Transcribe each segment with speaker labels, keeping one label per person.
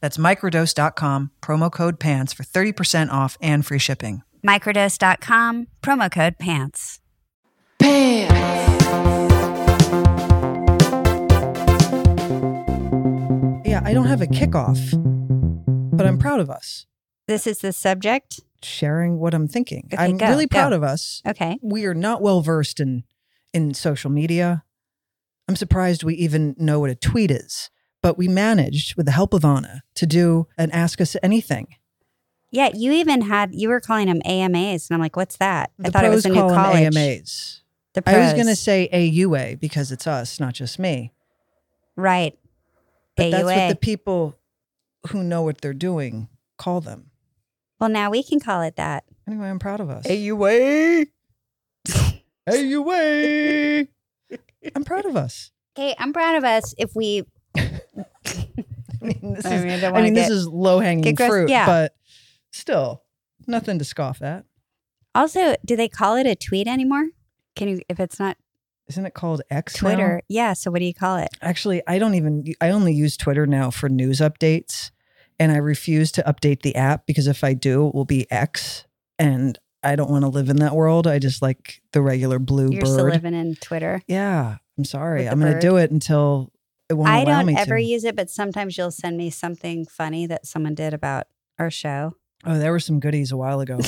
Speaker 1: That's microdose.com, promo code PANTS for 30% off and free shipping.
Speaker 2: Microdose.com, promo code PANTS.
Speaker 1: Yeah, I don't have a kickoff, but I'm proud of us
Speaker 2: This is the subject.
Speaker 1: sharing what I'm thinking.
Speaker 2: Okay,
Speaker 1: I'm
Speaker 2: go,
Speaker 1: really proud
Speaker 2: go.
Speaker 1: of us.
Speaker 2: Okay.
Speaker 1: We are not well versed in in social media. I'm surprised we even know what a tweet is, but we managed with the help of Anna to do an ask us anything.
Speaker 2: Yeah. You even had, you were calling them AMAs. And I'm like, what's that?
Speaker 1: The
Speaker 2: I thought it was
Speaker 1: pros
Speaker 2: a new
Speaker 1: call 'em
Speaker 2: college.
Speaker 1: AMAs.
Speaker 2: The pros.
Speaker 1: I was going to say AUA because it's us, not just me.
Speaker 2: Right.
Speaker 1: But
Speaker 2: AUA.
Speaker 1: that's what the people who know what they're doing call them.
Speaker 2: well, now we can call it that.
Speaker 1: Anyway, I'm proud of us.
Speaker 3: AUA. AUA.
Speaker 1: I'm proud of us.
Speaker 2: Okay. I'm proud of us if we,
Speaker 1: I mean, this
Speaker 2: I
Speaker 1: is,
Speaker 2: mean, I don't
Speaker 1: I
Speaker 2: wanna
Speaker 1: mean, this
Speaker 2: get-
Speaker 1: is low hanging
Speaker 2: get gross-
Speaker 1: fruit,
Speaker 2: yeah.
Speaker 1: but still nothing to scoff at.
Speaker 2: also, do they call it a tweet anymore? Can you, if it's not
Speaker 1: Isn't it called X now?
Speaker 2: Twitter? Yeah. So what do you call it?
Speaker 1: Actually, I don't even, I only use Twitter now for news updates. And I refuse to update the app because if I do, it will be X. And I don't want to live in that world. I just like the regular blue
Speaker 2: You're
Speaker 1: bird.
Speaker 2: still living in Twitter.
Speaker 1: Yeah, I'm sorry.
Speaker 2: With the
Speaker 1: I'm going to
Speaker 2: bird.
Speaker 1: do it until it won't
Speaker 2: I
Speaker 1: allow
Speaker 2: don't
Speaker 1: me
Speaker 2: ever
Speaker 1: to.
Speaker 2: use it, but sometimes you'll send me something funny that someone did about our show.
Speaker 1: oh, there were some goodies a while ago.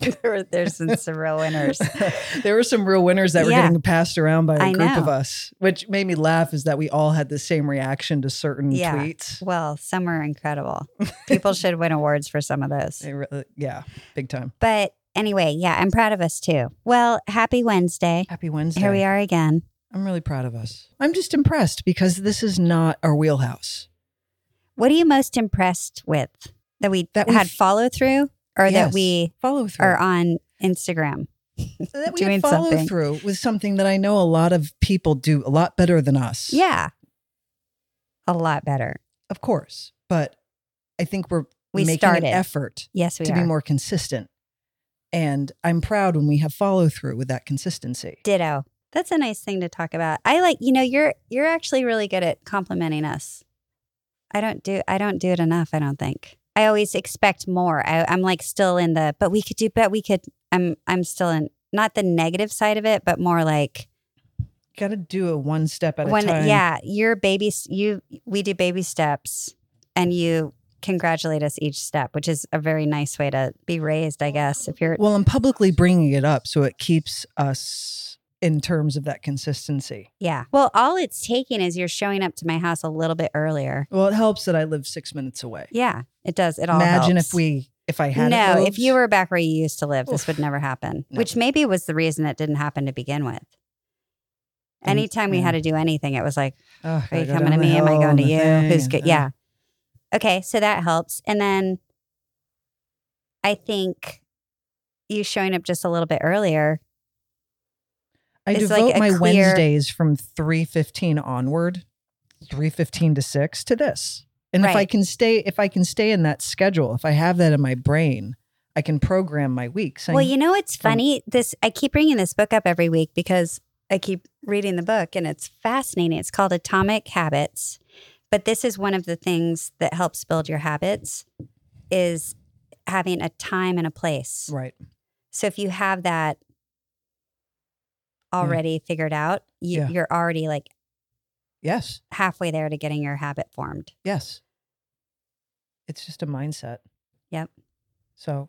Speaker 2: There were- There's some surreal winners.
Speaker 1: there were some real winners that were
Speaker 2: Yeah.
Speaker 1: getting passed around by a
Speaker 2: I
Speaker 1: group of
Speaker 2: know.
Speaker 1: us, which made me laugh. Is that we all had the same reaction to certain
Speaker 2: Yeah.
Speaker 1: tweets?
Speaker 2: Well, some are incredible. People should win awards for some of those.
Speaker 1: They really- yeah, big time.
Speaker 2: But anyway, yeah, I'm proud of us too. Well, happy Wednesday.
Speaker 1: Happy Wednesday.
Speaker 2: Here we are again.
Speaker 1: I'm really proud of us. I'm just impressed because this is not our wheelhouse.
Speaker 2: What are you most impressed with that we
Speaker 1: That we
Speaker 2: had
Speaker 1: f-
Speaker 2: follow through or that
Speaker 1: Yes.
Speaker 2: we
Speaker 1: Follow through.
Speaker 2: are on Instagram?
Speaker 1: that we
Speaker 2: doing
Speaker 1: follow
Speaker 2: something.
Speaker 1: through with something that I know a lot of people do a lot better than us.
Speaker 2: Yeah. A lot better.
Speaker 1: of course. But I think we're
Speaker 2: We
Speaker 1: making
Speaker 2: started.
Speaker 1: an effort
Speaker 2: Yes, we
Speaker 1: to
Speaker 2: are.
Speaker 1: be more consistent. And I'm proud when we have follow through with that consistency.
Speaker 2: Ditto. That's a nice thing to talk about. I like, you know, you're you're actually really good at complimenting us. I don't do I don't do it enough, I don't think. I always expect more. I, I'm like still in the but we could do but we could I'm I'm still in not the negative side of it, but more like
Speaker 1: You got to do it one step at
Speaker 2: when
Speaker 1: a time.
Speaker 2: yeah, you're baby s- you we do baby steps and you congratulate us each step, which is a very nice way to be raised, I guess. If you're
Speaker 1: Well, I'm publicly bringing it up so it keeps us in terms of that consistency.
Speaker 2: yeah. Well, all it's taking is you're showing up to my house a little bit earlier.
Speaker 1: Well, it helps that I live six minutes away.
Speaker 2: Yeah, it does. It all
Speaker 1: Imagine
Speaker 2: helps.
Speaker 1: if we, if I had
Speaker 2: no,
Speaker 1: it
Speaker 2: if you were back where you used to live, this
Speaker 1: Oof.
Speaker 2: would never happen.
Speaker 1: No.
Speaker 2: Which maybe was the reason it didn't happen to begin with.
Speaker 1: Um,
Speaker 2: Anytime we
Speaker 1: yeah.
Speaker 2: had to do anything, it was like,
Speaker 1: Ugh,
Speaker 2: are
Speaker 1: gotta
Speaker 2: you
Speaker 1: go
Speaker 2: coming to
Speaker 1: down the
Speaker 2: me? Am I
Speaker 1: hill
Speaker 2: going
Speaker 1: and
Speaker 2: to
Speaker 1: the
Speaker 2: you?
Speaker 1: thing uh-huh.
Speaker 2: Who's
Speaker 1: and-
Speaker 2: good?
Speaker 1: uh,
Speaker 2: Yeah. Okay, so that helps. And then I think you showing up just a little bit earlier.
Speaker 1: I
Speaker 2: It's like
Speaker 1: devote
Speaker 2: a
Speaker 1: my
Speaker 2: clear-
Speaker 1: Wednesdays from 3:15 onward, 3:15 to 6 to this. And if I
Speaker 2: Right.
Speaker 1: can stay if I can stay in that schedule, if I have that in my brain, I can program my week saying,
Speaker 2: Well, you know it's
Speaker 1: Um,
Speaker 2: funny. This I keep bringing this book up every week because I keep reading the book and it's fascinating. It's called Atomic Habits, but this is one of the things that helps build your habits is having a time and a place.
Speaker 1: right.
Speaker 2: So if you have that already figured out, you,
Speaker 1: Mm. Yeah.
Speaker 2: you're already like
Speaker 1: Yes.
Speaker 2: halfway there to getting your habit formed.
Speaker 1: Yes. It's just a mindset.
Speaker 2: Yep.
Speaker 1: So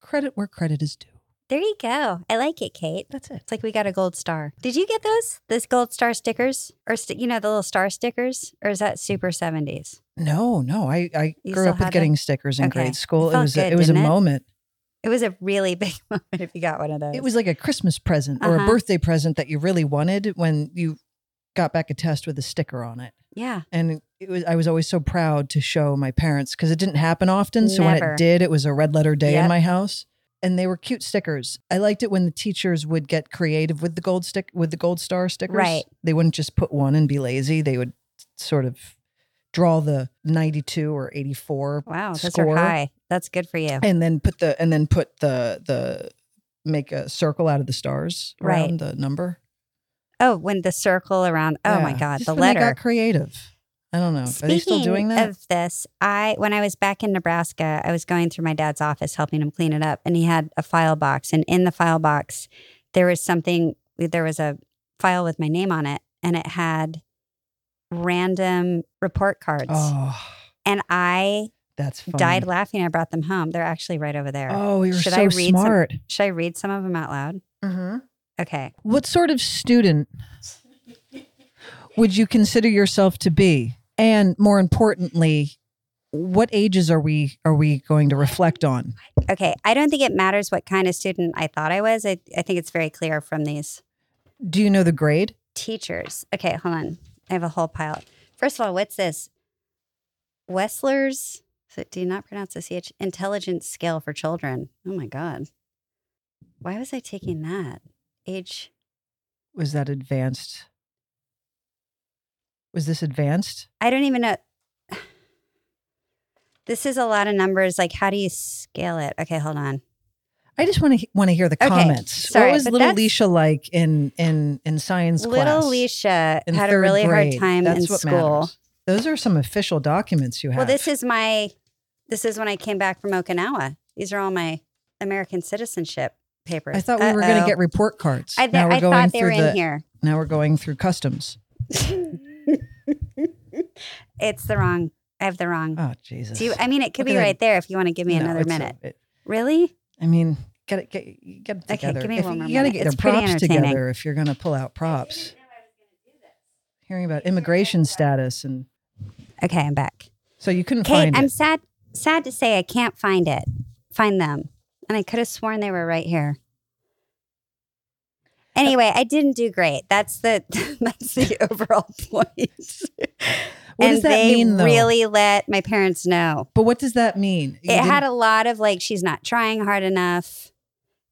Speaker 1: credit where credit is due.
Speaker 2: There you go. I like it, Kate.
Speaker 1: That's it.
Speaker 2: It's like we got a gold star. Did you get those? Those gold star stickers, or st- you know the little star stickers, or is that super seventies?
Speaker 1: No, no. I, I
Speaker 2: You
Speaker 1: grew
Speaker 2: still
Speaker 1: up with
Speaker 2: have
Speaker 1: getting stickers in
Speaker 2: Okay.
Speaker 1: grade school.
Speaker 2: It
Speaker 1: It
Speaker 2: felt
Speaker 1: was a,
Speaker 2: good,
Speaker 1: it was a
Speaker 2: didn't it?
Speaker 1: moment.
Speaker 2: It was a really big moment if you got one of those.
Speaker 1: It was like a Christmas present or a
Speaker 2: Uh-huh.
Speaker 1: birthday present that you really wanted when you got back a test with a sticker on it.
Speaker 2: yeah.
Speaker 1: And it was I was always so proud to show my parents because it didn't happen often. So when
Speaker 2: Never.
Speaker 1: it did, it was a red letter day in
Speaker 2: Yep.
Speaker 1: my house. And they were cute stickers. I liked it when the teachers would get creative with the gold stick with the gold star stickers.
Speaker 2: Right.
Speaker 1: They wouldn't just put one and be lazy. They would sort of draw the 92 or 84
Speaker 2: Wow, those are
Speaker 1: Score.
Speaker 2: high. That's good for you.
Speaker 1: and then put the and then put the the make a circle out of the stars
Speaker 2: Right.
Speaker 1: around the number.
Speaker 2: Oh, when the circle around. Oh my
Speaker 1: Yeah.
Speaker 2: God,
Speaker 1: Just
Speaker 2: the
Speaker 1: when they
Speaker 2: letter.
Speaker 1: got creative. I don't know. Are they still doing that?
Speaker 2: of this, I when I was back in Nebraska, I was going through my dad's office helping him clean it up, and he had a file box, and in the file box there was something. There was a file with my name on it, and it had random report cards,
Speaker 1: oh,
Speaker 2: and I
Speaker 1: that's fun.
Speaker 2: died laughing. I brought them home. They're actually right over there.
Speaker 1: Oh, you're
Speaker 2: Should
Speaker 1: so
Speaker 2: I read some- Mm-hmm.
Speaker 1: smart.
Speaker 2: Should I read some of them out loud? Okay.
Speaker 1: What sort of student would you consider yourself to be? And more importantly, what ages are we are we going to reflect on?
Speaker 2: Okay. I don't think it matters what kind of student I thought I was. I, I think it's very clear from these
Speaker 1: Do you know the grade?
Speaker 2: teachers. Okay. Hold on. I have a whole pile. First of all, what's this? Wessler's, so- do you not pronounce the CH? Intelligence scale for children. Oh my God. Why was I taking that? Age.
Speaker 1: Was that advanced? Was this advanced?
Speaker 2: I don't even know. This is a lot of numbers. Like, how do you scale it? Okay. Hold on.
Speaker 1: I just want to want to hear the
Speaker 2: Okay,
Speaker 1: comments.
Speaker 2: sorry,
Speaker 1: what was
Speaker 2: but
Speaker 1: little
Speaker 2: that's-
Speaker 1: Leisha like in in in science
Speaker 2: Little
Speaker 1: class?
Speaker 2: Leisha
Speaker 1: in
Speaker 2: had a
Speaker 1: third
Speaker 2: really
Speaker 1: grade?
Speaker 2: hard time
Speaker 1: That's
Speaker 2: in
Speaker 1: what
Speaker 2: school.
Speaker 1: matters. Those are some official documents you have.
Speaker 2: Well, this is my this is when I came back from Okinawa. These are all my American citizenship papers.
Speaker 1: I thought we were going to
Speaker 2: Uh-oh.
Speaker 1: get report cards.
Speaker 2: I, th-
Speaker 1: now we're
Speaker 2: I
Speaker 1: going
Speaker 2: thought they were
Speaker 1: through the,
Speaker 2: in here.
Speaker 1: Now we're going through customs.
Speaker 2: It's the wrong. I have the wrong.
Speaker 1: Oh Jesus!
Speaker 2: Do you, I mean, it could be
Speaker 1: Look at that.
Speaker 2: right there if you want to give me
Speaker 1: No,
Speaker 2: another
Speaker 1: it's a-
Speaker 2: minute.
Speaker 1: it-
Speaker 2: really?
Speaker 1: I mean, get it, get, you get it
Speaker 2: Okay,
Speaker 1: together.
Speaker 2: give me
Speaker 1: If-
Speaker 2: one more
Speaker 1: you gotta
Speaker 2: minute.
Speaker 1: get
Speaker 2: It's
Speaker 1: their
Speaker 2: pretty
Speaker 1: props
Speaker 2: entertaining.
Speaker 1: together if you're going to pull out props. Hearing about immigration status and
Speaker 2: Okay, I'm back.
Speaker 1: so you couldn't
Speaker 2: Kate,
Speaker 1: find
Speaker 2: I'm
Speaker 1: it.
Speaker 2: sad. Sad to say, I can't find it. Find them, and I could have sworn they were right here. Anyway, I didn't do great. That's the that's the overall point.
Speaker 1: What
Speaker 2: and
Speaker 1: does that
Speaker 2: they
Speaker 1: mean, though?
Speaker 2: really let my parents know.
Speaker 1: but what does that mean? You
Speaker 2: it
Speaker 1: didn't-
Speaker 2: had a lot of like, she's not trying hard enough.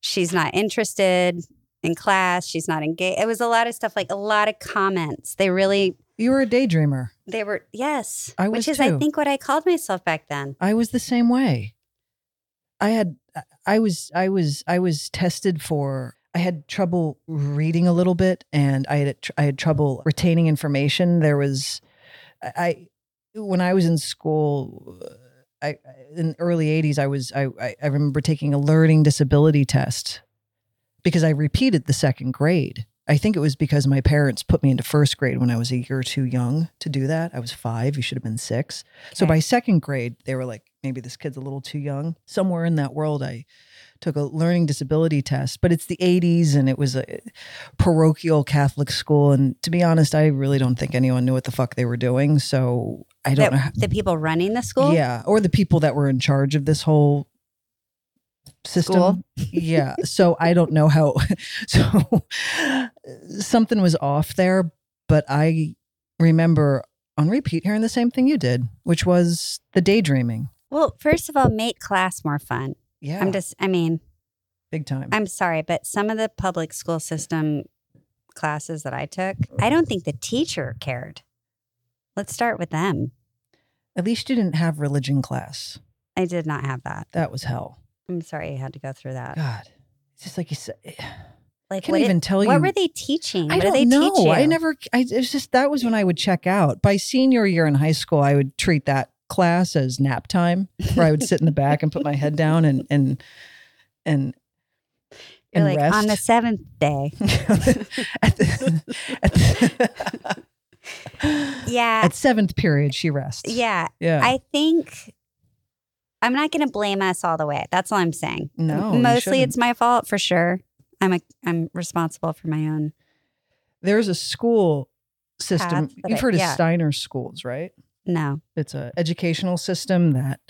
Speaker 2: She's not interested in class. She's not engaged. It was a lot of stuff, like a lot of comments. They really,
Speaker 1: you were a daydreamer.
Speaker 2: they were, yes.
Speaker 1: I was
Speaker 2: which is, I
Speaker 1: too.
Speaker 2: think, what I called myself back then.
Speaker 1: I was the same way. I had I was I was I was tested for I had trouble reading a little bit and I had I had trouble retaining information. There was I I- when I was in school I in the early 80s I was I I- I remember taking a learning disability test because I repeated the second grade. I think it was because my parents put me into first grade when I was a year or two young to do that. I was 5, you should have been 6. So
Speaker 2: Okay.
Speaker 1: by second grade, they were like, maybe this kid's a little too young. Somewhere in that world, I took a learning disability test, but it's the 80s and it was a parochial Catholic school. And to be honest, I really don't think anyone knew what the fuck they were doing. So I don't
Speaker 2: That,
Speaker 1: know. How,
Speaker 2: the people running the school.
Speaker 1: Yeah. Or the people that were in charge of this whole system.
Speaker 2: School.
Speaker 1: yeah. So I don't know how. So something was off there, but I remember on repeat hearing the same thing you did, which was the daydreaming.
Speaker 2: Well, first of all, make class more fun.
Speaker 1: Yeah.
Speaker 2: I'm just, I mean,
Speaker 1: big time.
Speaker 2: I'm sorry, but some of the public school system classes that I took, I don't think the teacher cared. Let's start with them.
Speaker 1: At least you didn't have religion class.
Speaker 2: I did not have that.
Speaker 1: That was hell.
Speaker 2: I'm sorry you had to go through that.
Speaker 1: God. It's just like you said. I
Speaker 2: Like,
Speaker 1: can't
Speaker 2: what, did-
Speaker 1: even tell you.
Speaker 2: what were they teaching?
Speaker 1: I
Speaker 2: what
Speaker 1: don't
Speaker 2: did they
Speaker 1: know.
Speaker 2: teach you?
Speaker 1: I never. I it was just that was when I would check out. By senior year in high school, I would treat that class as nap time, where I would sit in the back and put my head down and and and
Speaker 2: You're
Speaker 1: and
Speaker 2: like
Speaker 1: rest.
Speaker 2: on the seventh day.
Speaker 1: at, the, at, the-
Speaker 2: Yeah,
Speaker 1: at seventh period, she rests.
Speaker 2: yeah.
Speaker 1: yeah.
Speaker 2: I think I'm not going to blame us all the way. That's all I'm saying.
Speaker 1: No, you
Speaker 2: Mostly
Speaker 1: shouldn't.
Speaker 2: it's my fault for sure. I'm a, I'm responsible for my own.
Speaker 1: There's a school system.
Speaker 2: Path, but
Speaker 1: You've
Speaker 2: it-
Speaker 1: heard of
Speaker 2: yeah.
Speaker 1: Steiner schools, right?
Speaker 2: No.
Speaker 1: it's a educational system that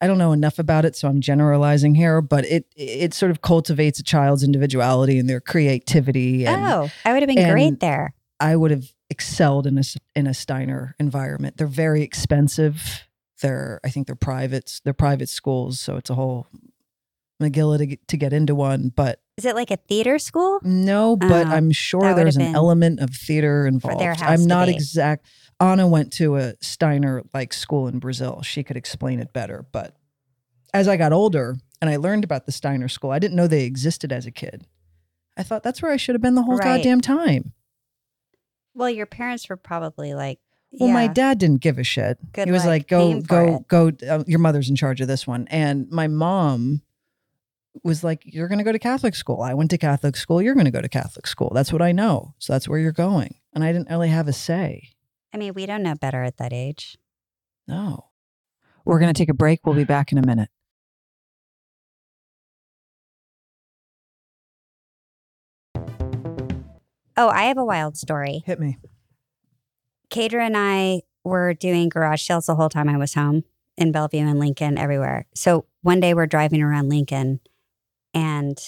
Speaker 1: I don't know enough about it, so I'm generalizing here, but it it sort of cultivates a child's individuality and their creativity. And
Speaker 2: oh, I would have been great
Speaker 1: and-
Speaker 2: there.
Speaker 1: I would have excelled in a s- in a Steiner environment. They're very expensive. They're I think they're private they're private schools, so it's a whole McGill to, get- to get into one. But
Speaker 2: Is it like a theater school?
Speaker 1: no, but
Speaker 2: Oh,
Speaker 1: I'm
Speaker 2: that
Speaker 1: sure
Speaker 2: would
Speaker 1: there's
Speaker 2: have
Speaker 1: an
Speaker 2: been-
Speaker 1: element of theater
Speaker 2: there
Speaker 1: involved.
Speaker 2: has
Speaker 1: I'm
Speaker 2: to
Speaker 1: not
Speaker 2: be.
Speaker 1: exact. Anna went to a Steiner like school in Brazil. She could explain it better. But as I got older and I learned about the Steiner school, I didn't know they existed as a kid. I thought that's where I should have been the whole
Speaker 2: Right.
Speaker 1: goddamn time.
Speaker 2: Well, your parents were probably like,
Speaker 1: Well,
Speaker 2: yeah,
Speaker 1: my dad didn't give a shit.
Speaker 2: Good
Speaker 1: he was
Speaker 2: luck
Speaker 1: like, "Go,
Speaker 2: paying for
Speaker 1: go, go! Uh, your mother's in charge of this one." And my mom was like, "You're going to go to Catholic school. I went to Catholic school. You're going to go to Catholic school. That's what I know. So that's where you're going." And I didn't really have a say.
Speaker 2: I mean, we don't know better at that age.
Speaker 1: No. We're going to take a break. We'll be back in a minute.
Speaker 2: Oh, I have a wild story.
Speaker 1: Hit me.
Speaker 2: Kadra and I were doing garage sales the whole time I was home in Bellevue and Lincoln, everywhere. So one day we're driving around Lincoln and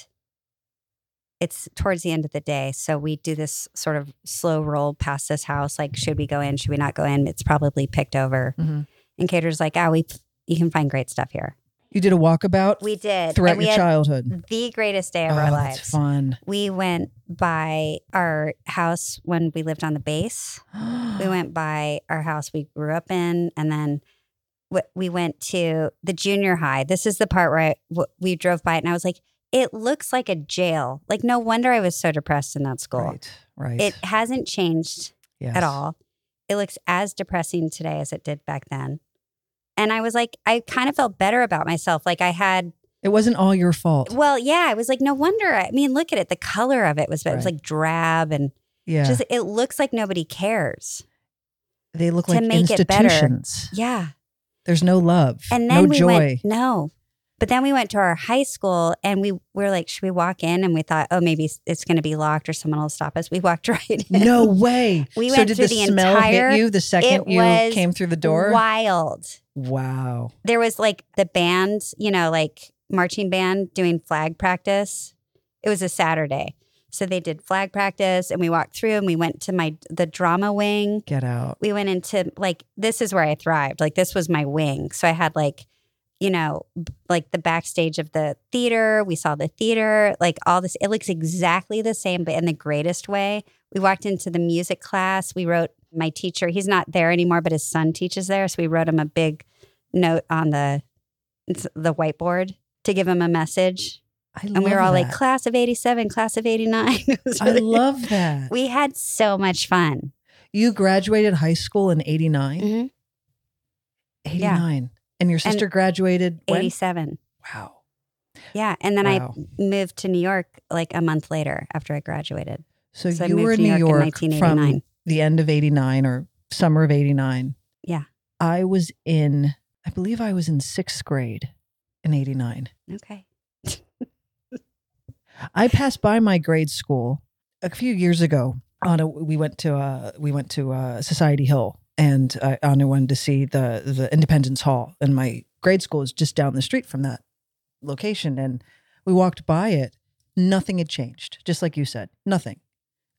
Speaker 2: it's towards the end of the day. So we do this sort of slow roll past this house. Like, should we go in? Should we not go in? It's probably picked over.
Speaker 1: Mm-hmm.
Speaker 2: And Kadra's like, ah, we, you can find great stuff here.
Speaker 1: You did a walkabout
Speaker 2: We did. and
Speaker 1: throughout
Speaker 2: we
Speaker 1: your
Speaker 2: had
Speaker 1: childhood.
Speaker 2: the greatest day of
Speaker 1: Oh,
Speaker 2: our
Speaker 1: that's
Speaker 2: lives.
Speaker 1: fun.
Speaker 2: We went by our house when we lived on the base
Speaker 1: Uh-huh.
Speaker 2: we went by our house we grew up in and then wh- we went to the junior high this is the part where I, wh- we drove by it and i was like it looks like a jail like no wonder i was so depressed in that school
Speaker 1: Right. Right.
Speaker 2: it hasn't changed
Speaker 1: Yes.
Speaker 2: at all it looks as depressing today as it did back then and i was like i kind of felt better about myself like i had
Speaker 1: It wasn't all your fault.
Speaker 2: well yeah i was like no wonder i, I mean look at it the color of it was it was
Speaker 1: Right.
Speaker 2: like drab and
Speaker 1: Yeah.
Speaker 2: just it looks like nobody cares
Speaker 1: they look
Speaker 2: to
Speaker 1: like
Speaker 2: make it better.
Speaker 1: institutions.
Speaker 2: yeah
Speaker 1: There's no love.
Speaker 2: And then
Speaker 1: no
Speaker 2: we
Speaker 1: joy.
Speaker 2: went no. But then we went to our high school and we were like, should we walk in? And we thought, oh, maybe it's going to be locked or someone will stop us. We walked right in.
Speaker 1: no way.
Speaker 2: We
Speaker 1: so
Speaker 2: went
Speaker 1: did
Speaker 2: through
Speaker 1: the,
Speaker 2: the
Speaker 1: smell
Speaker 2: entire-
Speaker 1: hit you the second
Speaker 2: it
Speaker 1: you
Speaker 2: was
Speaker 1: came through the door?
Speaker 2: Wild.
Speaker 1: Wow.
Speaker 2: There was like the band, you know, like marching band doing flag practice. It was a Saturday. So they did flag practice and we walked through and we went to my the drama wing.
Speaker 1: Get out.
Speaker 2: we went into like this is where I thrived. Like this was my wing. So I had like, you know, b- like the backstage of the theater. We saw the theater, like all this. It looks exactly the same, but in the greatest way. We walked into the music class. We wrote my teacher. He's not there anymore, but his son teaches there. So we wrote him a big note on the it's the whiteboard to give him a message.
Speaker 1: I
Speaker 2: And we were all like,
Speaker 1: that.
Speaker 2: class of 87, class of 89. It was
Speaker 1: I
Speaker 2: really-
Speaker 1: love that.
Speaker 2: We had so much fun.
Speaker 1: You graduated high school in 89?
Speaker 2: Mhm.
Speaker 1: 89. Mm-hmm. And your sister graduated when?
Speaker 2: 87.
Speaker 1: Wow.
Speaker 2: Yeah. And then
Speaker 1: Wow.
Speaker 2: I moved to New York like a month later after I graduated.
Speaker 1: So,
Speaker 2: So I
Speaker 1: you were in
Speaker 2: moved to
Speaker 1: New
Speaker 2: New York in
Speaker 1: York, from
Speaker 2: 1989.
Speaker 1: the end of 89 or summer of 89.
Speaker 2: Yeah.
Speaker 1: I was in, I believe I was in sixth grade in 89.
Speaker 2: Okay.
Speaker 1: I passed by my grade school a few years ago. Anna, we went to uh, we went to uh, Society Hill, and uh, Anna wanted to see the the Independence Hall, and my grade school is just down the street from that location. And we walked by it; nothing had changed, just like you said, nothing.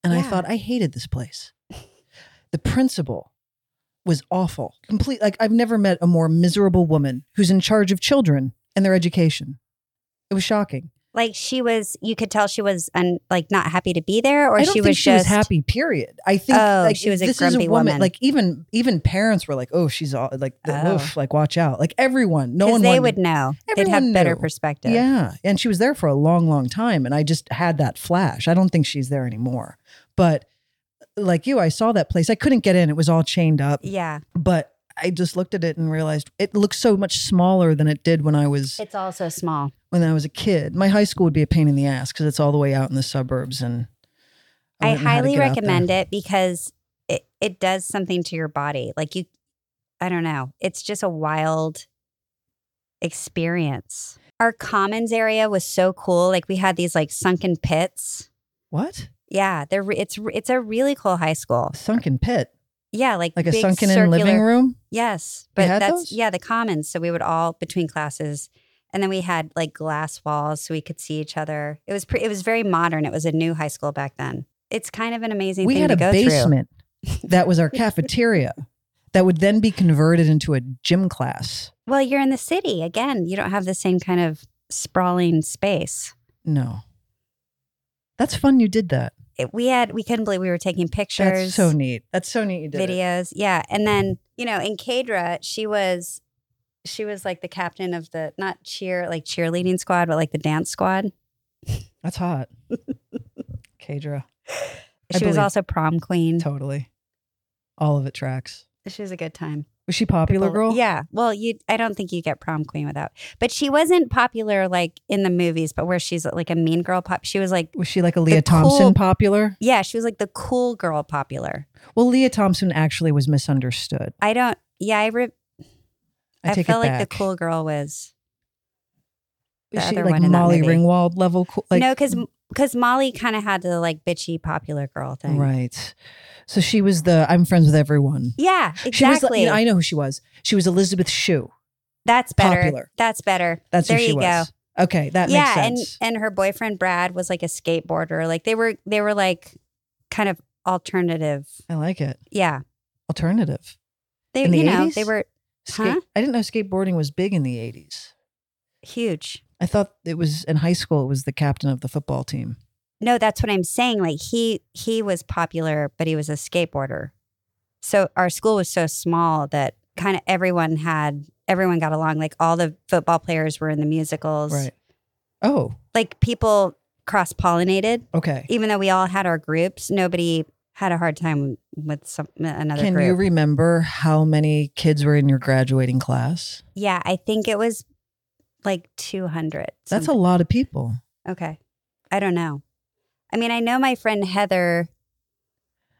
Speaker 1: And I
Speaker 2: Yeah.
Speaker 1: thought I hated this place. The principal was awful, complete. Like I've never met a more miserable woman who's in charge of children and their education. It was shocking.
Speaker 2: Like she was, you could tell she was un, like not happy to be there, or
Speaker 1: I don't
Speaker 2: she
Speaker 1: think
Speaker 2: was
Speaker 1: she
Speaker 2: just
Speaker 1: was happy. Period. I think
Speaker 2: Oh,
Speaker 1: like,
Speaker 2: she was a
Speaker 1: this is
Speaker 2: grumpy
Speaker 1: a woman,
Speaker 2: woman.
Speaker 1: Like even even parents were like, "Oh, she's all like, the,
Speaker 2: Oh.
Speaker 1: oof, like watch out." Like everyone, no
Speaker 2: because
Speaker 1: one
Speaker 2: they
Speaker 1: wanted-
Speaker 2: would know. They'd
Speaker 1: everyone
Speaker 2: have better
Speaker 1: knew.
Speaker 2: perspective.
Speaker 1: Yeah, and she was there for a long, long time, and I just had that flash. I don't think she's there anymore, but like you, I saw that place. I couldn't get in; it was all chained up.
Speaker 2: Yeah.
Speaker 1: But I just looked at it and realized it looks so much smaller than it did when I was
Speaker 2: It's also small.
Speaker 1: when I was a kid. My high school would be a pain in the ass because it's all the way out in the suburbs, and
Speaker 2: I,
Speaker 1: wouldn't know how to
Speaker 2: highly
Speaker 1: get out there.
Speaker 2: recommend it because it, it does something to your body. Like you, I don't know. It's just a wild experience. Our commons area was so cool. Like we had these like sunken pits.
Speaker 1: What?
Speaker 2: Yeah, they're re- it's re- it's a really cool high school.
Speaker 1: A sunken pit,
Speaker 2: Yeah, like
Speaker 1: like a
Speaker 2: big
Speaker 1: sunken in
Speaker 2: circular-
Speaker 1: living room.
Speaker 2: Yes,
Speaker 1: You
Speaker 2: but
Speaker 1: had
Speaker 2: that's
Speaker 1: those?
Speaker 2: yeah the commons. So we would all between classes, and then we had like glass walls so we could see each other. It was pre- it was very modern. It was a new high school back then. It's kind of an amazing
Speaker 1: We
Speaker 2: thing
Speaker 1: had
Speaker 2: to
Speaker 1: a
Speaker 2: go through.
Speaker 1: basement that was our cafeteria that would then be converted into a gym class.
Speaker 2: Well, you're in the city again. You don't have the same kind of sprawling space.
Speaker 1: No, that's fun. You did that.
Speaker 2: It- we had we couldn't believe we were taking pictures.
Speaker 1: That's so neat. That's so neat. You did it.
Speaker 2: videos. Yeah. And then, you know, in Kadra, she was she was like the captain of the not cheer like cheerleading squad, but like the dance squad.
Speaker 1: That's hot. Kadra, I
Speaker 2: She was
Speaker 1: believe-
Speaker 2: also prom queen.
Speaker 1: totally. All of it tracks.
Speaker 2: She was a good time.
Speaker 1: Was she popular,
Speaker 2: People-
Speaker 1: girl?
Speaker 2: Yeah. Well, you I don't think you get prom queen without. But she wasn't popular like in the movies, but where she's like a mean girl pop. She was like
Speaker 1: Was she like a Leah
Speaker 2: cool-
Speaker 1: Thompson popular?
Speaker 2: yeah, she was like the cool girl popular.
Speaker 1: Well, Leah Thompson actually was misunderstood.
Speaker 2: I don't yeah, I re-
Speaker 1: I,
Speaker 2: I,
Speaker 1: take
Speaker 2: felt
Speaker 1: it
Speaker 2: like the
Speaker 1: back.
Speaker 2: cool girl was the
Speaker 1: Is she
Speaker 2: other
Speaker 1: like
Speaker 2: one in that
Speaker 1: Molly
Speaker 2: movie.
Speaker 1: Ringwald level cool? Like,
Speaker 2: no, because because Molly kind of had the like bitchy popular girl thing.
Speaker 1: right. So she was the I'm friends with everyone.
Speaker 2: Yeah,
Speaker 1: She was like-
Speaker 2: exactly.
Speaker 1: you know, I know who she was. She was Elizabeth Shue.
Speaker 2: That's better.
Speaker 1: popular.
Speaker 2: That's better.
Speaker 1: That's
Speaker 2: there
Speaker 1: who she
Speaker 2: you
Speaker 1: was.
Speaker 2: go.
Speaker 1: Okay, that makes
Speaker 2: yeah, and
Speaker 1: sense.
Speaker 2: and her boyfriend Brad was like a skateboarder. Like they were they were like kind of alternative.
Speaker 1: I like it.
Speaker 2: Yeah,
Speaker 1: Alternative.
Speaker 2: they
Speaker 1: In the
Speaker 2: you know they
Speaker 1: 80s?
Speaker 2: were
Speaker 1: Skate-
Speaker 2: Huh?
Speaker 1: I didn't know skateboarding was big in the 80s.
Speaker 2: huge.
Speaker 1: I thought it was in high school. It was the captain of the football team.
Speaker 2: No, that's what I'm saying. Like he he was popular, but he was a skateboarder. So our school was so small that kind of everyone had everyone got along. Like all the football players were in the musicals.
Speaker 1: Right. Oh,
Speaker 2: Like people cross pollinated.
Speaker 1: okay.
Speaker 2: even though we all had our groups, nobody had a hard time with some another
Speaker 1: Can
Speaker 2: group.
Speaker 1: you remember how many kids were in your graduating class?
Speaker 2: yeah, I think it was like 200.
Speaker 1: That's a lot of people.
Speaker 2: a okay. I don't know. I mean, I know my friend Heather.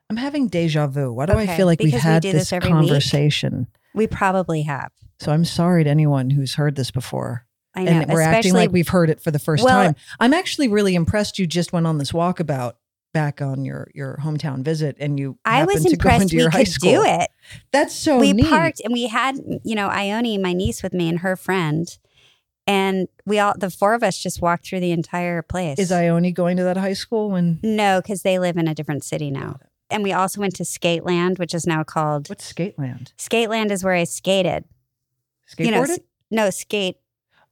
Speaker 1: I'm having deja vu. Why do I
Speaker 2: Okay,
Speaker 1: feel like we've
Speaker 2: because we
Speaker 1: had
Speaker 2: do
Speaker 1: this,
Speaker 2: this every week.
Speaker 1: conversation?
Speaker 2: We probably have.
Speaker 1: So I'm sorry to anyone who's heard this before.
Speaker 2: I know,
Speaker 1: and we're acting
Speaker 2: especially
Speaker 1: like we've heard it for the first
Speaker 2: Well-
Speaker 1: time. I'm actually really impressed you just went on this walkabout back on your your hometown visit and you
Speaker 2: I was
Speaker 1: happened to go
Speaker 2: impressed
Speaker 1: into
Speaker 2: we
Speaker 1: your high
Speaker 2: could
Speaker 1: school.
Speaker 2: do it.
Speaker 1: That's so
Speaker 2: we
Speaker 1: neat.
Speaker 2: parked and we had, you know, Ione, my niece, with me and her friend, and we all the four of us just walked through the entire place.
Speaker 1: Is Ione going to that high school when
Speaker 2: no, because they live in a different city now. And we also went to Skateland, which is now called
Speaker 1: what's Skateland?
Speaker 2: Skateland is where I skated.
Speaker 1: Skateboarded?
Speaker 2: You know, s- no skate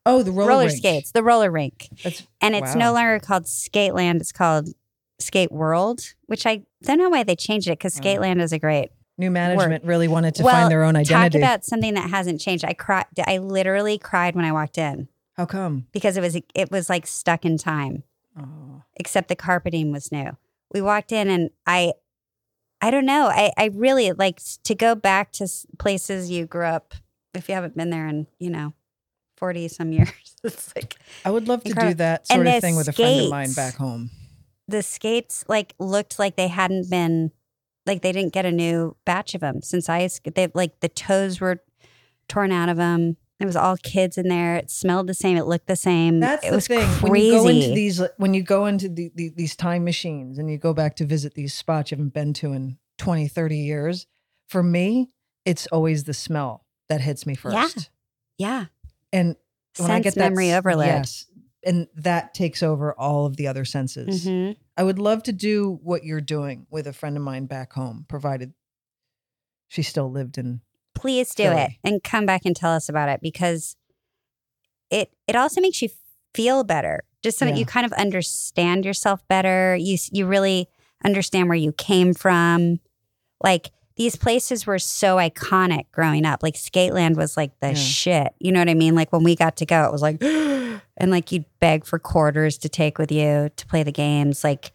Speaker 1: oh, the roller,
Speaker 2: roller,
Speaker 1: rink.
Speaker 2: skates, the roller rink,
Speaker 1: That's
Speaker 2: and it's no
Speaker 1: Wow.
Speaker 2: longer called Skateland. It's called Skate World, which I don't know why they changed it because
Speaker 1: Wow.
Speaker 2: Skateland is a great.
Speaker 1: new management really wanted to
Speaker 2: Well,
Speaker 1: find their own identity.
Speaker 2: Talk about something that hasn't changed. I cried. I literally cried when I walked in
Speaker 1: How come?
Speaker 2: because it was it was like stuck in time.
Speaker 1: Oh.
Speaker 2: except the carpeting was new. We walked in and I I don't know. I I really like s- to go back to s- places you grew up if you haven't been there in, you know, 40 some years. It's like
Speaker 1: I would love to do
Speaker 2: Incredible.
Speaker 1: that
Speaker 2: And
Speaker 1: sort
Speaker 2: the
Speaker 1: of thing with a friend of mine
Speaker 2: skates.
Speaker 1: back home.
Speaker 2: the skates like looked like they hadn't been like they didn't get a new batch of them since I sk- they like the toes were torn out of them. It was all kids in there. It smelled the same. It looked the same.
Speaker 1: That's
Speaker 2: it
Speaker 1: the
Speaker 2: was
Speaker 1: thing.
Speaker 2: crazy.
Speaker 1: When you go into these, uh, when you go into the, the, these time machines and you go back to visit these spots you haven't been to in 20, 30 years, for me, it's always the smell that hits me first.
Speaker 2: Yeah. yeah.
Speaker 1: And when I
Speaker 2: Sense
Speaker 1: get that
Speaker 2: memory
Speaker 1: s-
Speaker 2: overload.
Speaker 1: yes, and that takes over all of the other senses.
Speaker 2: hmm
Speaker 1: I would love to do what you're doing with a friend of mine back home, provided she still lived in.
Speaker 2: please do it
Speaker 1: Philly.
Speaker 2: and come back and tell us about it because it it also makes you feel better just so that
Speaker 1: Yeah.
Speaker 2: you kind of understand yourself better you s- you really understand where you came from like these places were so iconic growing up like skateland was like the
Speaker 1: Yeah.
Speaker 2: shit you know what i mean like when we got to go it was like and like you'd beg for quarters to take with you to play the games like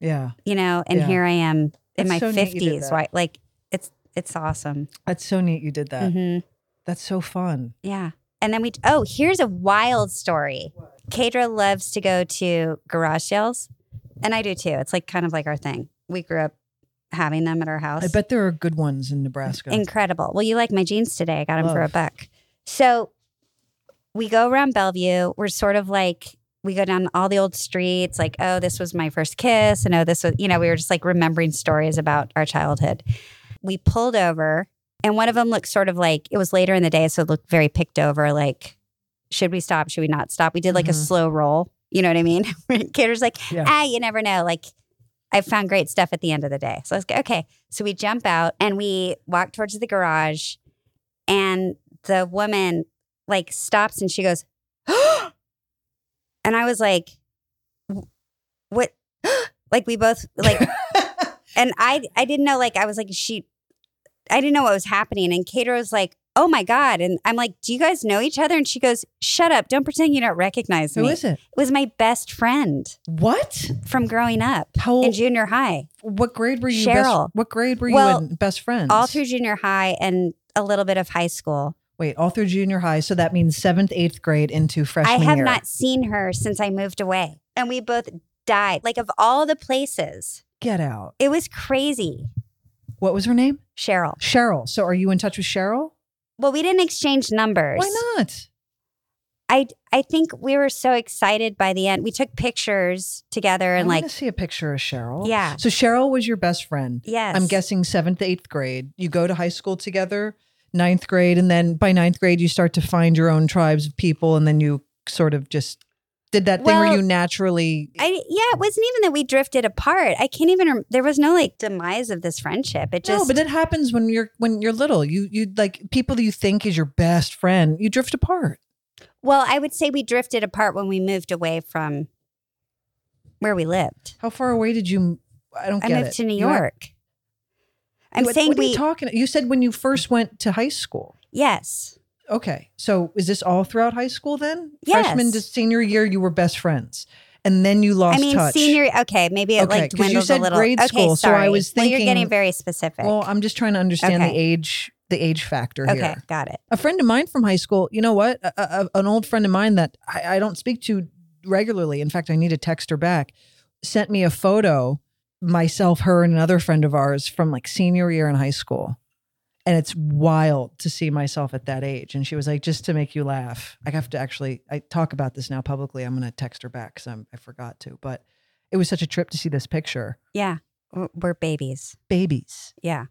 Speaker 1: Yeah,
Speaker 2: you know and
Speaker 1: Yeah.
Speaker 2: here i am in
Speaker 1: That's
Speaker 2: my
Speaker 1: so neat you did
Speaker 2: 50s
Speaker 1: that.
Speaker 2: why like it's it's awesome
Speaker 1: that's so neat. You did that.
Speaker 2: Mhm.
Speaker 1: That's so fun.
Speaker 2: Yeah. And then we, oh, here's a wild story. Kadra loves to go to garage sales, and I do too. It's like kind of like our thing. We grew up having them at our house.
Speaker 1: I bet there are good ones in Nebraska.
Speaker 2: Incredible. Well, you like my jeans today. I got them for a
Speaker 1: Love.
Speaker 2: buck. So we go around Bellevue. We're sort of like, we go down all the old streets, like, oh, this was my first kiss. And oh, this was, you know, we were just like remembering stories about our childhood. We pulled over, and one of them looked sort of like it was later in the day. So it looked very picked over, like, should we stop? Should we not stop? We did like a
Speaker 1: Mhm.
Speaker 2: slow roll. You know what I mean? Cater's like,
Speaker 1: Yeah.
Speaker 2: ah, you never know. Like, I found great stuff at the end of the day. So I was like, okay. So we jump out and we walk towards the garage, and the woman like stops and she goes, and I was like, "Wh- what? like we both like, and I I didn't know. Like I was like, she, I didn't know what was happening. And Cater was like, oh my god. And I'm like, do you guys know each other? And she goes, shut up. Don't pretend you don't recognize
Speaker 1: Who
Speaker 2: me.
Speaker 1: is it?
Speaker 2: it was my best friend
Speaker 1: What?
Speaker 2: from growing up
Speaker 1: How
Speaker 2: in
Speaker 1: old?
Speaker 2: junior high,
Speaker 1: what grade were you?
Speaker 2: Cheryl.
Speaker 1: Best, what grade were
Speaker 2: Well,
Speaker 1: you in best friends?
Speaker 2: all through junior high and a little bit of high school.
Speaker 1: wait, all through junior high. So that means seventh, eighth grade into freshman
Speaker 2: I have
Speaker 1: year.
Speaker 2: not seen her since I moved away. And we both died. Like of all the places,
Speaker 1: Get out.
Speaker 2: it was crazy.
Speaker 1: What was her name?
Speaker 2: Cheryl.
Speaker 1: Cheryl. So are you in touch with Cheryl?
Speaker 2: Well, we didn't exchange numbers.
Speaker 1: Why not?
Speaker 2: I I think we were so excited by the end. We took pictures together
Speaker 1: I
Speaker 2: and
Speaker 1: want
Speaker 2: like
Speaker 1: to see a picture of Cheryl.
Speaker 2: Yeah.
Speaker 1: So Cheryl was your best friend.
Speaker 2: yes.
Speaker 1: I'm guessing seventh, eighth grade. You go to high school together, ninth grade, and then by ninth grade you start to find your own tribes of people, and then you sort of just did that thing
Speaker 2: Well,
Speaker 1: where you naturally.
Speaker 2: I yeah, it wasn't even that we drifted apart. I can't even rem- there was no like demise of this friendship. It just
Speaker 1: no, but it happens when you're when you're little. You you like people you think is your best friend. You drift apart.
Speaker 2: well, I would say we drifted apart when we moved away from where we lived.
Speaker 1: How far away did you? I don't
Speaker 2: I
Speaker 1: get
Speaker 2: moved
Speaker 1: it.
Speaker 2: to New
Speaker 1: You act-
Speaker 2: York. I'm
Speaker 1: what,
Speaker 2: saying
Speaker 1: what are you
Speaker 2: we
Speaker 1: talking. You said when you first went to high school.
Speaker 2: yes.
Speaker 1: Okay. So is this all throughout high school then?
Speaker 2: Yes.
Speaker 1: Freshman to senior year, you were best friends. And then you lost
Speaker 2: I mean,
Speaker 1: touch.
Speaker 2: senior. Okay, maybe it
Speaker 1: Okay,
Speaker 2: like
Speaker 1: 'cause you
Speaker 2: dwindles
Speaker 1: said
Speaker 2: a little.
Speaker 1: grade
Speaker 2: okay,
Speaker 1: school, so I
Speaker 2: sorry.
Speaker 1: was
Speaker 2: well, you're
Speaker 1: thinking-
Speaker 2: getting very specific.
Speaker 1: Well, I'm just trying to understand the
Speaker 2: Okay.
Speaker 1: age the age factor
Speaker 2: okay,
Speaker 1: here.
Speaker 2: got it.
Speaker 1: A friend of mine from high school, you know what? A, a- a- an old friend of mine that I, I don't speak to regularly. In fact, I need to text her back. Sent me a photo, myself, her, and another friend of ours from like senior year in high school. And it's wild to see myself at that age. And she was like, just to make you laugh, I have to actually I talk about this now publicly. I'm going to text her back because I forgot to. But it was such a trip to see this picture.
Speaker 2: Yeah, we're, we're babies.
Speaker 1: Babies
Speaker 2: Yeah,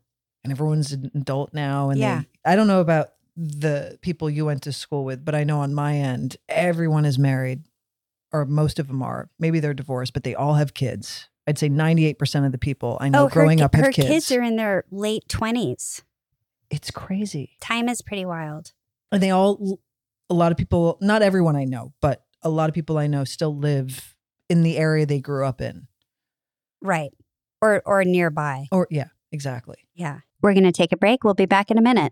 Speaker 1: and everyone's an adult now and
Speaker 2: Yeah.
Speaker 1: they, i don't know about the people you went to school with but i know on my end everyone is married or most of them are maybe they're divorced but they all have kids i'd say 98% of the people i know
Speaker 2: oh,
Speaker 1: growing
Speaker 2: her, ki-
Speaker 1: up have
Speaker 2: her
Speaker 1: kids,
Speaker 2: kids. are in their late twenties.
Speaker 1: it's crazy
Speaker 2: Time is pretty wild.
Speaker 1: and they all a lot of people not everyone i know but a lot of people i know still live in the area they grew up in
Speaker 2: Right, or or nearby.
Speaker 1: or yeah exactly
Speaker 2: Yeah, we're gonna take a break. We'll be back in a minute.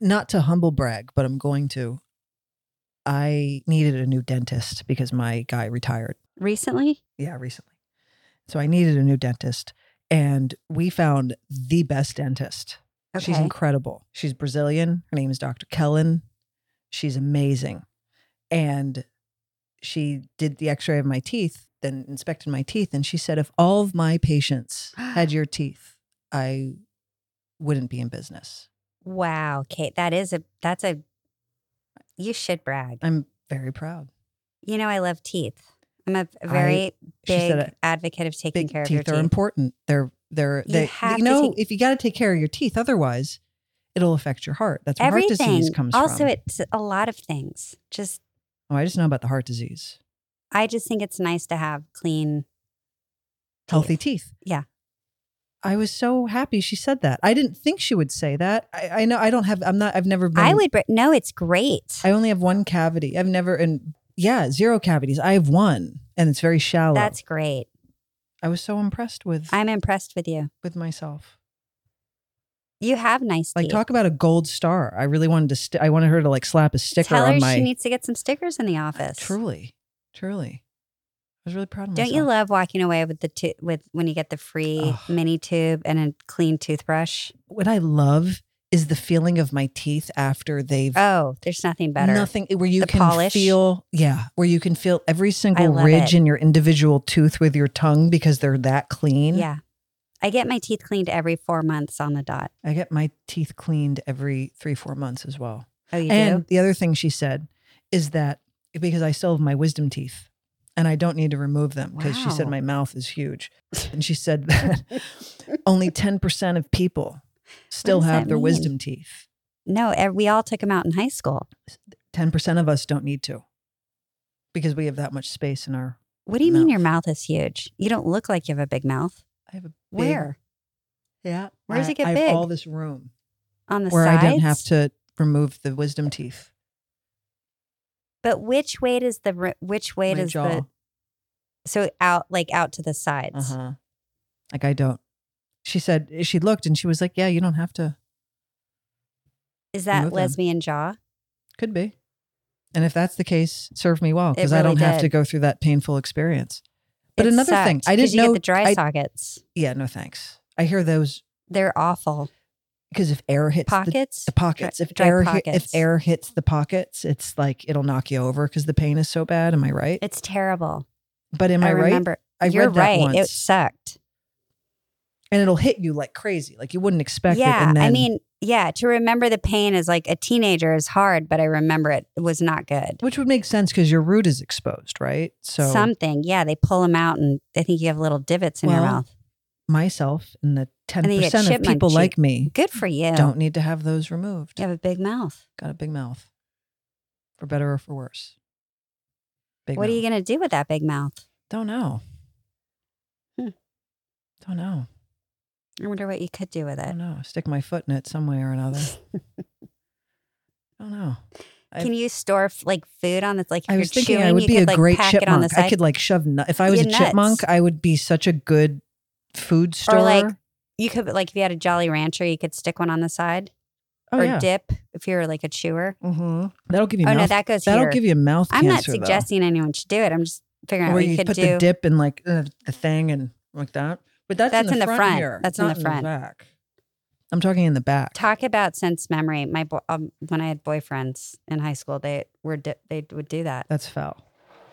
Speaker 1: not to humble brag, but I'm going to. I needed a new dentist because my guy retired.
Speaker 2: Recently,
Speaker 1: Yeah, recently. So I needed a new dentist and we found the best dentist. She's
Speaker 2: Okay.
Speaker 1: incredible. She's Brazilian. Her name is Dr. Kellen. She's amazing. And she did the x ray of my teeth, then inspected my teeth. And she said, if all of my patients had your teeth, I wouldn't be in business.
Speaker 2: wow, Kate, that is a that's a you should brag.
Speaker 1: I'm very proud.
Speaker 2: You know, I love teeth. I'm a
Speaker 1: I-
Speaker 2: very
Speaker 1: she said
Speaker 2: big
Speaker 1: it.
Speaker 2: advocate of taking
Speaker 1: Big
Speaker 2: care of your
Speaker 1: teeth
Speaker 2: teeth.
Speaker 1: are important. They're they're
Speaker 2: You
Speaker 1: they
Speaker 2: have to
Speaker 1: you know
Speaker 2: take-
Speaker 1: if you got to take care of your teeth, otherwise it'll affect your heart. That's where heart
Speaker 2: Everything.
Speaker 1: disease comes
Speaker 2: also,
Speaker 1: from.
Speaker 2: it's a lot of things. Just
Speaker 1: oh, I just know about the heart disease.
Speaker 2: I just think it's nice to have clean.
Speaker 1: Healthy teeth.
Speaker 2: Yeah.
Speaker 1: I was so happy she said that. I didn't think she would say that. I, I know I don't have. I'm not. I've never been.
Speaker 2: I would br- no, it's great.
Speaker 1: I only have one cavity. I've never and yeah, zero cavities. I have one, and it's very shallow.
Speaker 2: That's great.
Speaker 1: I was so impressed with
Speaker 2: I'm impressed with you.
Speaker 1: with myself.
Speaker 2: You have nice
Speaker 1: Like
Speaker 2: teeth.
Speaker 1: talk about a gold star. I really wanted to. St- I wanted her to like slap a sticker
Speaker 2: Tell her
Speaker 1: on my.
Speaker 2: she needs to get some stickers in the office.
Speaker 1: Truly, truly, I was really proud of
Speaker 2: Don't
Speaker 1: myself.
Speaker 2: you love walking away with the tu- with when you get the free
Speaker 1: Ugh.
Speaker 2: mini tube and a clean toothbrush?
Speaker 1: What I love is the feeling of my teeth after they've
Speaker 2: Oh, there's nothing better.
Speaker 1: nothing where you
Speaker 2: The
Speaker 1: can
Speaker 2: polish.
Speaker 1: feel. Yeah, where you can feel every single
Speaker 2: love
Speaker 1: ridge
Speaker 2: it.
Speaker 1: in your individual tooth with your tongue because they're that clean.
Speaker 2: Yeah, I get my teeth cleaned every four months on the dot.
Speaker 1: I get my teeth cleaned every three, four months as well.
Speaker 2: Oh, you
Speaker 1: and
Speaker 2: do?
Speaker 1: the other thing she said is that because I still have my wisdom teeth and I don't need to remove them because she said
Speaker 2: Wow.
Speaker 1: my mouth is huge. and she said that only 10% of people still
Speaker 2: does
Speaker 1: have
Speaker 2: that
Speaker 1: their
Speaker 2: mean?
Speaker 1: wisdom teeth.
Speaker 2: No, ev- we all took them out in high school.
Speaker 1: 10% of us don't need to because we have that much space in our.
Speaker 2: What do you mean
Speaker 1: Mouth.
Speaker 2: your mouth is huge? You don't look like you have a big mouth.
Speaker 1: I have a big,
Speaker 2: Where?
Speaker 1: Yeah.
Speaker 2: Where does
Speaker 1: I-
Speaker 2: it get
Speaker 1: I have all
Speaker 2: big?
Speaker 1: this room
Speaker 2: On the
Speaker 1: where
Speaker 2: sides?
Speaker 1: I didn't have to remove the wisdom teeth.
Speaker 2: But which way does the ri- which way
Speaker 1: my
Speaker 2: does
Speaker 1: jaw.
Speaker 2: the so out like out to the sides?
Speaker 1: Uh-huh. Like I don't. She said she looked and she was like, "Yeah, you don't have to.
Speaker 2: Is
Speaker 1: Remove
Speaker 2: that
Speaker 1: them.
Speaker 2: lesbian jaw?
Speaker 1: Could be." And if that's the case, serve me well
Speaker 2: It
Speaker 1: because I
Speaker 2: really
Speaker 1: don't have
Speaker 2: did.
Speaker 1: to go through that painful experience. But
Speaker 2: It
Speaker 1: another thing,
Speaker 2: sucked
Speaker 1: I
Speaker 2: 'cause
Speaker 1: didn't
Speaker 2: you
Speaker 1: know.
Speaker 2: get the dry
Speaker 1: I-
Speaker 2: sockets.
Speaker 1: yeah, no thanks. I hear those
Speaker 2: They're awful
Speaker 1: because if air hits the-
Speaker 2: pockets.
Speaker 1: the, pockets, if
Speaker 2: dry
Speaker 1: air hit-
Speaker 2: pockets.
Speaker 1: if air hits the pockets, it's like it'll knock you over because the pain is so bad. Am I right?
Speaker 2: it's terrible.
Speaker 1: but am I,
Speaker 2: I
Speaker 1: right?
Speaker 2: remember.
Speaker 1: I
Speaker 2: You're
Speaker 1: read that
Speaker 2: right. It
Speaker 1: once,
Speaker 2: sucked.
Speaker 1: and it'll hit you like crazy, like you wouldn't expect it.
Speaker 2: yeah,
Speaker 1: and
Speaker 2: I
Speaker 1: then-
Speaker 2: mean, yeah. To remember the pain as like a teenager is hard, but I remember it, it was not good.
Speaker 1: which would make sense because your root is exposed, right? So
Speaker 2: Something, yeah. They pull them out, and I think you have little divots in your
Speaker 1: Well,
Speaker 2: mouth.
Speaker 1: myself and the 10%
Speaker 2: then you get
Speaker 1: of
Speaker 2: chipmunk
Speaker 1: people
Speaker 2: cheek.
Speaker 1: like me
Speaker 2: Good for you.
Speaker 1: don't need to have those removed.
Speaker 2: You have a big mouth.
Speaker 1: Got a big mouth, for better or for worse. Big
Speaker 2: what are you
Speaker 1: mouth.
Speaker 2: going to do with that big mouth?
Speaker 1: Don't know.
Speaker 2: Hmm.
Speaker 1: Don't know.
Speaker 2: I wonder what you could do with it.
Speaker 1: Don't know. Stick my foot in it some way or another. don't know. I-
Speaker 2: Can you store f- like food on this? Like if
Speaker 1: I
Speaker 2: you're
Speaker 1: was thinking
Speaker 2: chewing,
Speaker 1: I would
Speaker 2: you
Speaker 1: be
Speaker 2: could,
Speaker 1: a
Speaker 2: like,
Speaker 1: great
Speaker 2: pack
Speaker 1: chipmunk.
Speaker 2: It on the side.
Speaker 1: I could like shove. Nu- if I was
Speaker 2: You're
Speaker 1: a chipmunk,
Speaker 2: nuts.
Speaker 1: I would be such a good food store.
Speaker 2: Or, like, you could like if you had a Jolly Rancher, you could stick one on the side
Speaker 1: oh
Speaker 2: or
Speaker 1: yeah.
Speaker 2: dip if you're like a chewer.
Speaker 1: Mhm. That'll give you.
Speaker 2: Oh
Speaker 1: mouth,
Speaker 2: no, that goes
Speaker 1: that'll
Speaker 2: here.
Speaker 1: give you mouth
Speaker 2: I'm not
Speaker 1: cancer. though.
Speaker 2: suggesting anyone should do it. I'm just figuring out
Speaker 1: Where
Speaker 2: what
Speaker 1: you,
Speaker 2: could
Speaker 1: put
Speaker 2: do.
Speaker 1: the dip in like uh, the thing and like that. But that's,
Speaker 2: That's
Speaker 1: in the front. here.
Speaker 2: That's in
Speaker 1: not
Speaker 2: the front.
Speaker 1: back. I'm talking in the back.
Speaker 2: Talk about sense memory. My bo- um, when I had boyfriends in high school, they were di- they would do that.
Speaker 1: That's foul.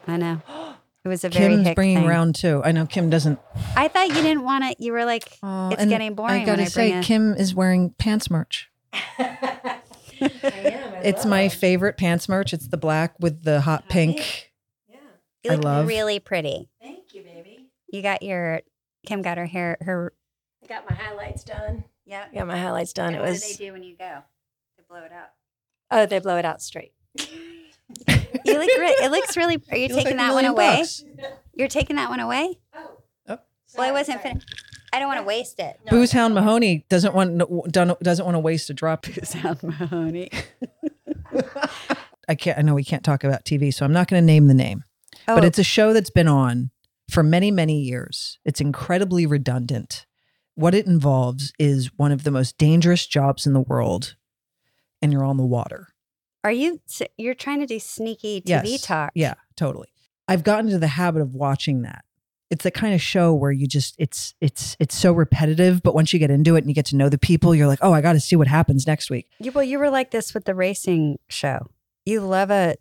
Speaker 2: I know it was a very
Speaker 1: Kim's
Speaker 2: hick
Speaker 1: bringing
Speaker 2: thing.
Speaker 1: round two. I know Kim doesn't.
Speaker 2: I thought you didn't want it. You were like,
Speaker 1: Aw,
Speaker 2: it's
Speaker 1: Oh, and
Speaker 2: getting boring.
Speaker 1: I
Speaker 2: when
Speaker 1: gotta
Speaker 2: I
Speaker 1: say,
Speaker 2: bring it.
Speaker 1: Kim is wearing pants merch. It's my favorite pants merch. It's the black with the hot pink.
Speaker 2: You
Speaker 1: I
Speaker 2: look
Speaker 1: love.
Speaker 2: really pretty.
Speaker 4: Thank you, baby.
Speaker 2: You got your Kim got her hair her
Speaker 4: I got my highlights done.
Speaker 2: yeah.
Speaker 4: I got my highlights done. It
Speaker 2: what do
Speaker 4: was
Speaker 2: they do when you go? They blow it up.
Speaker 4: oh, they blow it out straight.
Speaker 2: You look re- it looks really are you,
Speaker 1: You look
Speaker 2: taking
Speaker 1: like a
Speaker 2: that one
Speaker 1: million
Speaker 2: away?
Speaker 1: bucks.
Speaker 2: You're taking that one away?
Speaker 4: Oh,
Speaker 1: Oh.
Speaker 2: Well, I wasn't finished. I don't want to waste it.
Speaker 1: Booze Hound Mahoney doesn't want no- don't- doesn't want to waste a drop.
Speaker 2: Sound Mahoney.
Speaker 1: I can't. I know we can't talk about TV, so I'm not going to name the name.
Speaker 2: Oh,
Speaker 1: but it's a show that's been on for many, many years. It's incredibly redundant. What it involves is one of the most dangerous jobs in the world, and you're on the water.
Speaker 2: are you s- you're trying to do sneaky TV
Speaker 1: Yes.
Speaker 2: talk?
Speaker 1: Yeah, totally. I've gotten into the habit of watching that. It's the kind of show where you just it's it's it's so repetitive, but once you get into it and you get to know the people, you're like, oh, I got to see what happens next week.
Speaker 2: You, well, you were like this with the racing show. You love a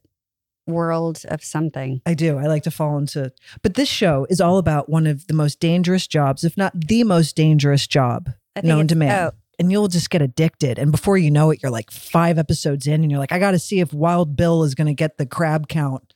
Speaker 2: world of something.
Speaker 1: I do. I like to fall into. But this show is all about one of the most dangerous jobs, if not the most dangerous job
Speaker 2: I think
Speaker 1: known to
Speaker 2: it's-
Speaker 1: man.
Speaker 2: Oh,
Speaker 1: And you'll just get addicted. And before you know it, you're like five episodes in and you're like, I got to see if Wild Bill is going to get the crab count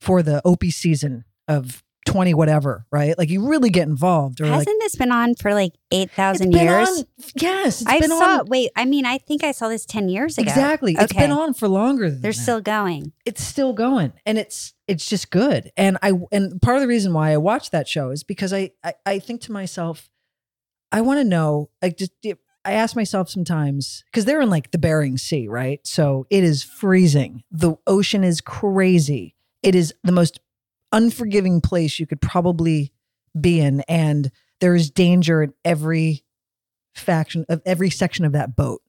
Speaker 1: for the Opie season of 20 whatever, right? Like you really get involved. Or
Speaker 2: hasn't
Speaker 1: like,
Speaker 2: this been on for like eight
Speaker 1: "It's
Speaker 2: thousand
Speaker 1: been
Speaker 2: years?
Speaker 1: on- yes. it's
Speaker 2: I
Speaker 1: been
Speaker 2: saw.
Speaker 1: on.
Speaker 2: Wait, I mean, I think I saw this ten years ago.
Speaker 1: Exactly. It's
Speaker 2: Okay.
Speaker 1: been on for longer than
Speaker 2: They're
Speaker 1: that.
Speaker 2: still going.
Speaker 1: it's still going and it's it's just good and i and part of the reason why i watch that show is because i i, I think to myself i want to know like just i ask myself sometimes because they're in like the bering sea right so it is freezing the ocean is crazy it is the most unforgiving place you could probably be in and there is danger in every faction of every section of that boat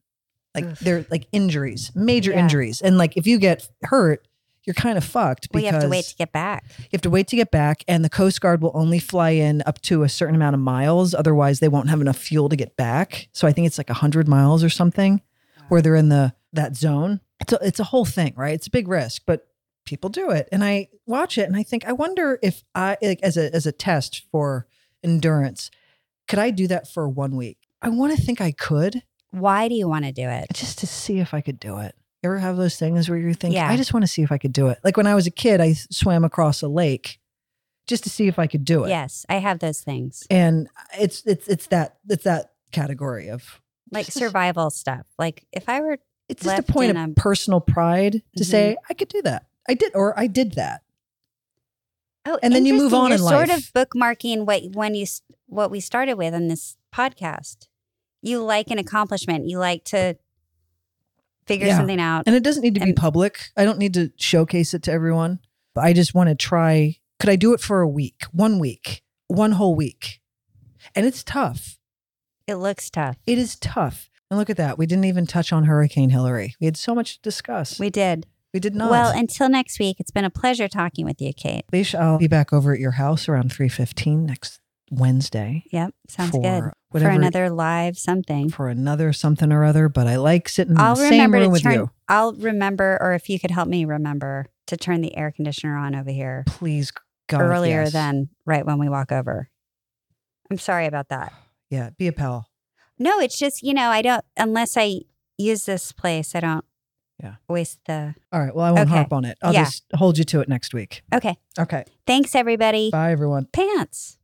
Speaker 1: like
Speaker 2: Oof.
Speaker 1: they're like injuries major
Speaker 2: Yeah.
Speaker 1: injuries and like if you get hurt you're kind of fucked
Speaker 2: We
Speaker 1: because
Speaker 2: have to wait to get back.
Speaker 1: you have to wait to get back and the coast guard will only fly in up to a certain amount of miles otherwise they won't have enough fuel to get back so i think it's like 100 miles or something where they're in the that zone so it's a whole thing right it's a big risk but people do it and i watch it and i think i wonder if i like as a as a test for endurance Could I do that for one week? I want to think I could
Speaker 2: Why do you want to do it?
Speaker 1: just to see if I could do it. You ever have those things where you're thinking,
Speaker 2: Yeah.
Speaker 1: I just want to see if I could do it? Like when I was a kid, I swam across a lake just to see if I could do it.
Speaker 2: Yes, I have those things
Speaker 1: And it's it's it's that it's that category of
Speaker 2: like
Speaker 1: Just-
Speaker 2: survival stuff. Like if I were,
Speaker 1: it's just a
Speaker 2: left
Speaker 1: point
Speaker 2: in
Speaker 1: of
Speaker 2: a- Mm-hmm.
Speaker 1: personal pride to say I could do that. I did, or I did that.
Speaker 2: oh,
Speaker 1: And then you move
Speaker 2: interesting.
Speaker 1: on
Speaker 2: You're
Speaker 1: in
Speaker 2: sort
Speaker 1: life.
Speaker 2: of bookmarking what when you s- what we started with in this podcast. You like an accomplishment. You like to figure
Speaker 1: Yeah.
Speaker 2: something out.
Speaker 1: And it doesn't need to be
Speaker 2: And-
Speaker 1: public. I don't need to showcase it to everyone. I just want to try. Could I do it for a week? One week? One whole week? And it's tough.
Speaker 2: It looks tough.
Speaker 1: It is tough. And look at that. We didn't even touch on Hurricane Hillary. We had so much to discuss. We,
Speaker 2: We did.
Speaker 1: did not.
Speaker 2: Well, until next week, it's been a pleasure talking with you, Kate.
Speaker 1: Leash, I'll be back over at your house around 3.15 next Wednesday.
Speaker 2: Yep, sounds
Speaker 1: for
Speaker 2: good. For
Speaker 1: Whatever,
Speaker 2: another live something.
Speaker 1: For another something or other. But I like sitting in
Speaker 2: I'll
Speaker 1: the Mm, same
Speaker 2: remember
Speaker 1: room
Speaker 2: to
Speaker 1: with
Speaker 2: turn.
Speaker 1: you.
Speaker 2: I'll remember, or if you could help me remember to turn the air conditioner on over here
Speaker 1: Please, God,
Speaker 2: earlier
Speaker 1: yes.
Speaker 2: than right when we walk over. I'm sorry about that.
Speaker 1: Yeah, be a pal.
Speaker 2: No, it's just you know I don't unless I use this place I don't.
Speaker 1: Yeah.
Speaker 2: Waste the.
Speaker 1: All right. Well, I won't
Speaker 2: Okay.
Speaker 1: harp on it. I'll
Speaker 2: Yeah.
Speaker 1: just hold you to it next week.
Speaker 2: Okay.
Speaker 1: Okay.
Speaker 2: Thanks everybody.
Speaker 1: Bye, everyone.
Speaker 2: Pants.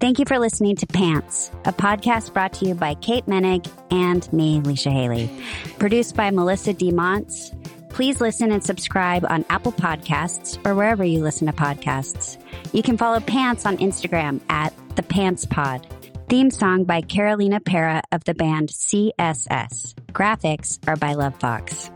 Speaker 2: Thank you for listening to Pants, a podcast brought to you by Kate Menig and me, Leisha Haley. Produced by Melissa DeMonts. Please listen and subscribe on Apple Podcasts or wherever you listen to podcasts. You can follow Pants on Instagram at The Pants Pod. Theme song by Carolina Para of the band CSS. Graphics are by Love Fox.